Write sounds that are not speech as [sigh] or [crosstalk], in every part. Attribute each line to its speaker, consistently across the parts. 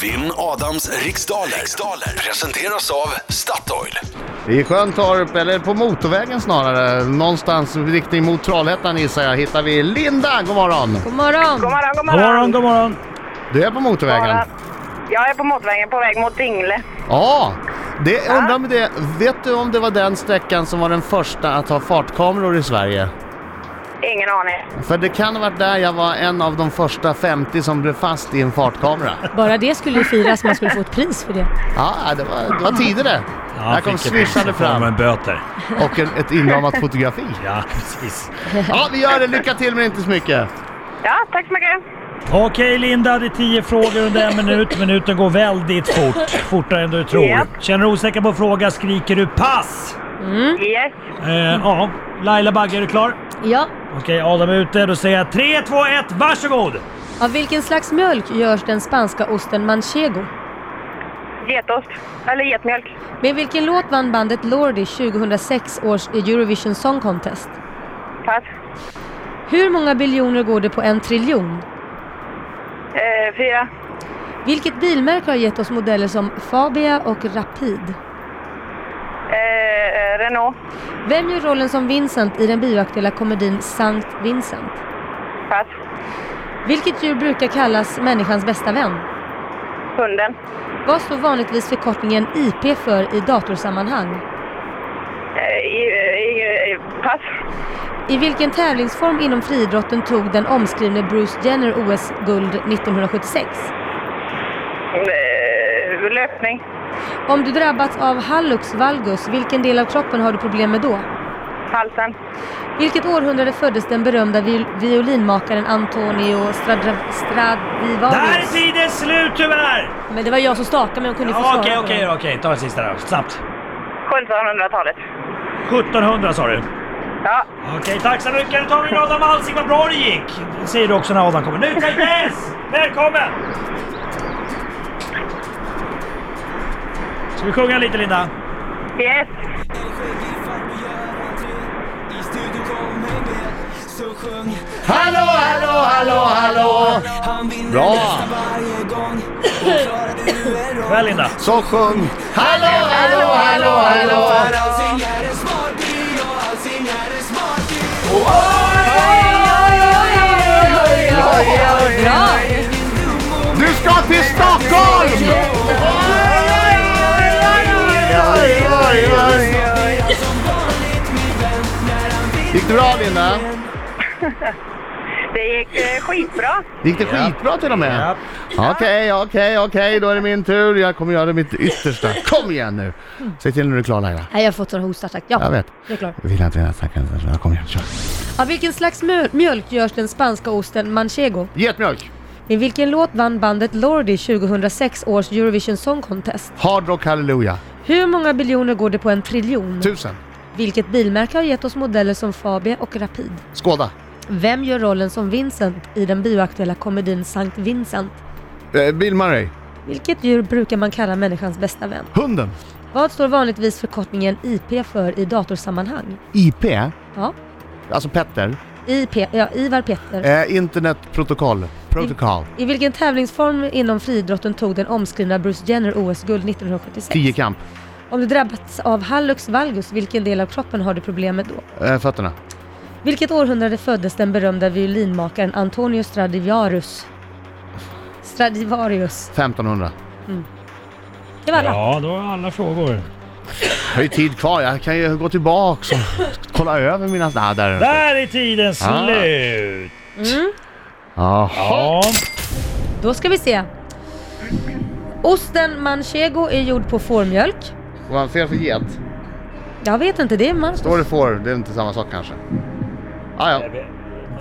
Speaker 1: Vinn Adams riksdaler. riksdaler presenteras av Statoil.
Speaker 2: I Sjöntorp, eller på motorvägen snarare, någonstans riktning mot Trollhättan gissar jag, hittar vi Linda. God morgon!
Speaker 3: God morgon!
Speaker 4: God morgon, god
Speaker 5: God
Speaker 4: morgon.
Speaker 5: morgon, god morgon.
Speaker 2: Du är på motorvägen?
Speaker 4: Bara- Jag är på motorvägen på väg mot Dingle.
Speaker 2: Ja! Det, jag undrar med det, vet du om det var den sträckan som var den första att ha fartkameror i Sverige?
Speaker 4: Ingen aning.
Speaker 2: För det kan ha varit där jag var en av de första 50 som blev fast i en fartkamera.
Speaker 3: Bara det skulle ju firas, man skulle få ett pris för det.
Speaker 2: Ja, det var, det var tider det. Där kom swishande fram
Speaker 5: en böter.
Speaker 2: och en, ett inramat fotografi.
Speaker 5: Ja, precis.
Speaker 2: Ja, vi gör det. Lycka till men inte så mycket.
Speaker 4: Ja, tack så mycket.
Speaker 5: Okej Linda, det är tio frågor under en minut. Minuten går väldigt fort. Fortare än du tror.
Speaker 4: Japp.
Speaker 5: Känner du osäker på en fråga skriker du pass.
Speaker 2: Mm.
Speaker 4: Yes.
Speaker 5: Eh, ja, Laila Bagge, är du klar?
Speaker 3: Ja.
Speaker 5: Okej, Adam är ute. Då säger jag 3, 2, 1, varsågod!
Speaker 3: Av vilken slags mjölk görs den spanska osten manchego?
Speaker 4: Getost. Eller getmjölk.
Speaker 3: Med vilken låt vann bandet Lordi 2006 års Eurovision Song Contest?
Speaker 4: Pass.
Speaker 3: Hur många biljoner går det på en triljon?
Speaker 4: Eh, fyra.
Speaker 3: Vilket bilmärke har gett oss modeller som Fabia och Rapid?
Speaker 4: Eh, Renault.
Speaker 3: Vem gör rollen som Vincent i den bioaktuella komedin Sankt Vincent?
Speaker 4: Pass.
Speaker 3: Vilket djur brukar kallas människans bästa vän?
Speaker 4: Hunden.
Speaker 3: Vad står vanligtvis förkortningen IP för i datorsammanhang?
Speaker 4: Eh, i, i, i, eh, pass.
Speaker 3: I vilken tävlingsform inom friidrotten tog den omskrivne Bruce Jenner OS-guld 1976?
Speaker 4: Eh, löpning.
Speaker 3: Om du drabbats av hallux valgus, vilken del av kroppen har du problem med då?
Speaker 4: Halsen.
Speaker 3: Vilket århundrade föddes den berömda viol violinmakaren Antonio Stradra-
Speaker 5: Där är
Speaker 3: Stradivarius?
Speaker 5: tiden slut tyvärr!
Speaker 3: Men det var jag som stakade mig, jag kunde få
Speaker 5: Ja,
Speaker 3: svara
Speaker 5: Okej,
Speaker 3: på det.
Speaker 5: okej, okej. Ta den sista då. Snabbt.
Speaker 4: 1700-talet.
Speaker 5: 1700 sa du.
Speaker 4: Ja.
Speaker 5: Okej, tack så mycket. Nu tar vi in Adam Alsing. Vad bra det gick! Det säger du också när Adam kommer. Nu till dess! Välkommen! Ska vi sjunga lite Linda?
Speaker 4: Yes.
Speaker 2: Hallå, hallå, hallå, hallå! Bra!
Speaker 5: Väl Linda?
Speaker 2: Så sjung! Hallå, hallå, hallå, hallå!
Speaker 3: Bra!
Speaker 2: Du ska till Stockholm! Gick det bra Linda?
Speaker 4: Det gick eh, skitbra.
Speaker 2: Gick det skitbra till och med?
Speaker 5: Ja.
Speaker 2: Okej, okej, okej, då är det min tur. Jag kommer göra mitt yttersta. Kom igen nu! Säg till när du är klar Laila.
Speaker 3: Nej, jag har fått en hostattack. Ja,
Speaker 2: Jag vet.
Speaker 3: det är klart.
Speaker 2: Jag vill inte redan snacka. Kom igen, kör.
Speaker 3: Av vilken slags mjöl- mjölk görs den spanska osten manchego?
Speaker 2: Getmjölk.
Speaker 3: I vilken låt vann bandet Lordi 2006 års Eurovision Song Contest?
Speaker 2: Hard Rock Hallelujah.
Speaker 3: Hur många biljoner går det på en triljon?
Speaker 2: Tusen.
Speaker 3: Vilket bilmärke har gett oss modeller som Fabia och Rapid?
Speaker 2: Skåda.
Speaker 3: Vem gör rollen som Vincent i den bioaktuella komedin Sankt Vincent?
Speaker 2: Eh, Bill Murray.
Speaker 3: Vilket djur brukar man kalla människans bästa vän?
Speaker 2: Hunden.
Speaker 3: Vad står vanligtvis förkortningen IP för i datorsammanhang?
Speaker 2: IP.
Speaker 3: Ja,
Speaker 2: Alltså Petter.
Speaker 3: IP, ja Ivar Petter.
Speaker 2: Eh, internetprotokoll. Protokoll.
Speaker 3: I vilken tävlingsform inom friidrotten tog den omskrivna Bruce Jenner OS-guld 1976?
Speaker 2: Tiokamp.
Speaker 3: Om du drabbats av hallux valgus, vilken del av kroppen har du problem med då?
Speaker 2: Eh, fötterna.
Speaker 3: Vilket århundrade föddes den berömda violinmakaren Antonio Stradivarius? Stradivarius.
Speaker 2: 1500.
Speaker 3: Det var alla.
Speaker 5: Ja, då har alla frågor.
Speaker 2: Jag har ju tid kvar. Jag kan ju gå tillbaka och kolla över mina... Ah, där är den.
Speaker 5: Där är tiden
Speaker 2: Ah.
Speaker 5: slut!
Speaker 2: Jaha.
Speaker 5: Ja.
Speaker 3: Då ska vi se. Osten manchego är gjord på fårmjölk.
Speaker 2: Vad man ser för get?
Speaker 3: Jag vet inte, det är man.
Speaker 2: Står det får, det är inte samma sak kanske. Ah, ja.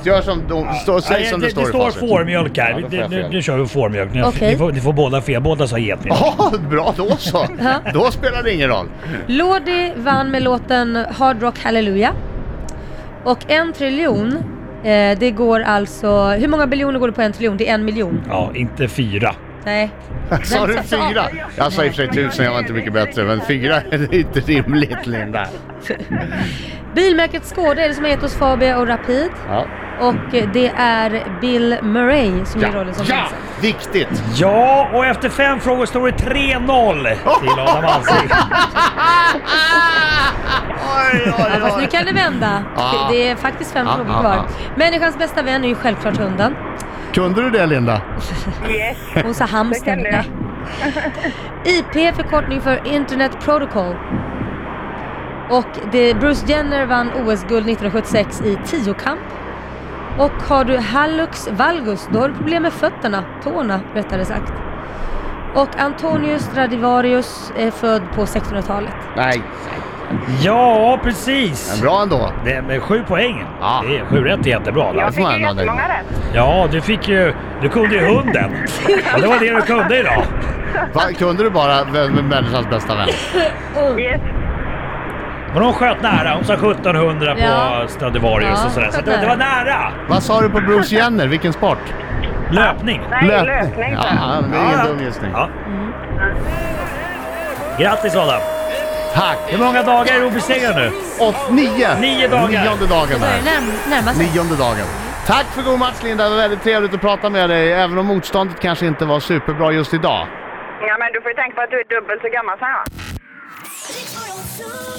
Speaker 2: Gör som de... Stå, säg
Speaker 5: Nej,
Speaker 2: som det,
Speaker 5: det, det
Speaker 2: står i
Speaker 5: står
Speaker 2: facit. [laughs]
Speaker 5: fårmjölk
Speaker 2: Ja,
Speaker 5: här.
Speaker 2: då får
Speaker 5: nu,
Speaker 2: jag
Speaker 5: nu,
Speaker 2: fel.
Speaker 5: nu kör vi fårmjölk. Ni,
Speaker 3: Okej.
Speaker 5: ni, får, ni får båda fel. Båda sa getmjölk.
Speaker 2: Jaha, bra då så! Då spelar det ingen roll.
Speaker 3: Lordi vann med låten Hard Rock Hallelujah. Och en triljon, eh, det går alltså... Hur många biljoner går det på en triljon? Det är en miljon.
Speaker 5: Ja, inte fyra.
Speaker 3: Nej.
Speaker 2: Sa du fyra? Jag sa i och för sig tusen, jag var inte mycket bättre. Men fyra [laughs] är inte rimligt Linda.
Speaker 3: Bilmärket Skoda är det som har gett oss Fabia och Rapid.
Speaker 2: Ja.
Speaker 3: Och eh, det är Bill Murray som gör rollen som
Speaker 2: ja.
Speaker 3: Vincent.
Speaker 2: Viktigt!
Speaker 5: Ja, och efter fem frågor står det 3-0
Speaker 2: [laughs]
Speaker 5: till Adam Alsing.
Speaker 2: Oj, oj,
Speaker 3: Ja, fast nu kan det vända.
Speaker 2: Ah.
Speaker 3: Det- Det är faktiskt fem
Speaker 2: Ah,
Speaker 3: frågor
Speaker 2: ah,
Speaker 3: kvar.
Speaker 2: ah.
Speaker 3: Människans bästa vän är ju
Speaker 2: [laughs]
Speaker 3: självklart hunden.
Speaker 2: Kunde du det Linda?
Speaker 4: Yes.
Speaker 3: Hon sa hamstern.
Speaker 4: Det kan
Speaker 3: Nej. IP är förkortning för Internet Protocol. Och det, Bruce Jenner vann OS-guld 1976 i tiokamp. Och har du hallux valgus, då har du problem med fötterna, tårna rättare sagt. Och Antonius Stradivarius är född på 1600-talet.
Speaker 2: Nej.
Speaker 5: Ja,
Speaker 2: Men
Speaker 5: precis.
Speaker 2: bra ändå.
Speaker 5: Det är med sju poäng.
Speaker 2: Ja.
Speaker 5: Det är sju rätt är jättebra. Adam.
Speaker 2: det
Speaker 4: Jag
Speaker 2: får
Speaker 4: fick
Speaker 2: man
Speaker 4: ju
Speaker 2: ändå nöjd
Speaker 4: jättemånga
Speaker 2: med.
Speaker 4: rätt.
Speaker 5: Ja, du fick ju... Du kunde ju
Speaker 3: [laughs]
Speaker 5: hunden. Ja, det var det du kunde idag.
Speaker 2: Va, kunde du bara vem är människans bästa vän?
Speaker 4: Yes.
Speaker 5: Men hon sköt nära. Hon sa 1700 på
Speaker 3: Ja.
Speaker 5: Stradivarius
Speaker 3: Ja,
Speaker 5: och sådär. Så
Speaker 3: sköt
Speaker 5: det, det var
Speaker 3: nära.
Speaker 5: nära.
Speaker 2: Vad sa du på Bruce Jenner? Vilken sport?
Speaker 5: Löpning.
Speaker 4: Nej,
Speaker 2: Löp-
Speaker 4: löpning. sa jag.
Speaker 2: Ja, det är ingen dum gissning.
Speaker 5: Ja.
Speaker 3: Mm.
Speaker 5: Grattis Adam!
Speaker 2: Tack!
Speaker 5: Hur många dagar är du obesegrad nu?
Speaker 2: Och nio!
Speaker 5: Nio dagar.
Speaker 2: Nionde dagen
Speaker 3: Så är
Speaker 2: här.
Speaker 3: det närm- närmast.
Speaker 2: Nionde dagen. Tack för god match Linda, det var väldigt trevligt att prata med dig. Även om motståndet kanske inte var superbra just idag.
Speaker 4: Ja, men du får ju tänka på att du är dubbelt så gammal som jag.
Speaker 6: Riks-FM.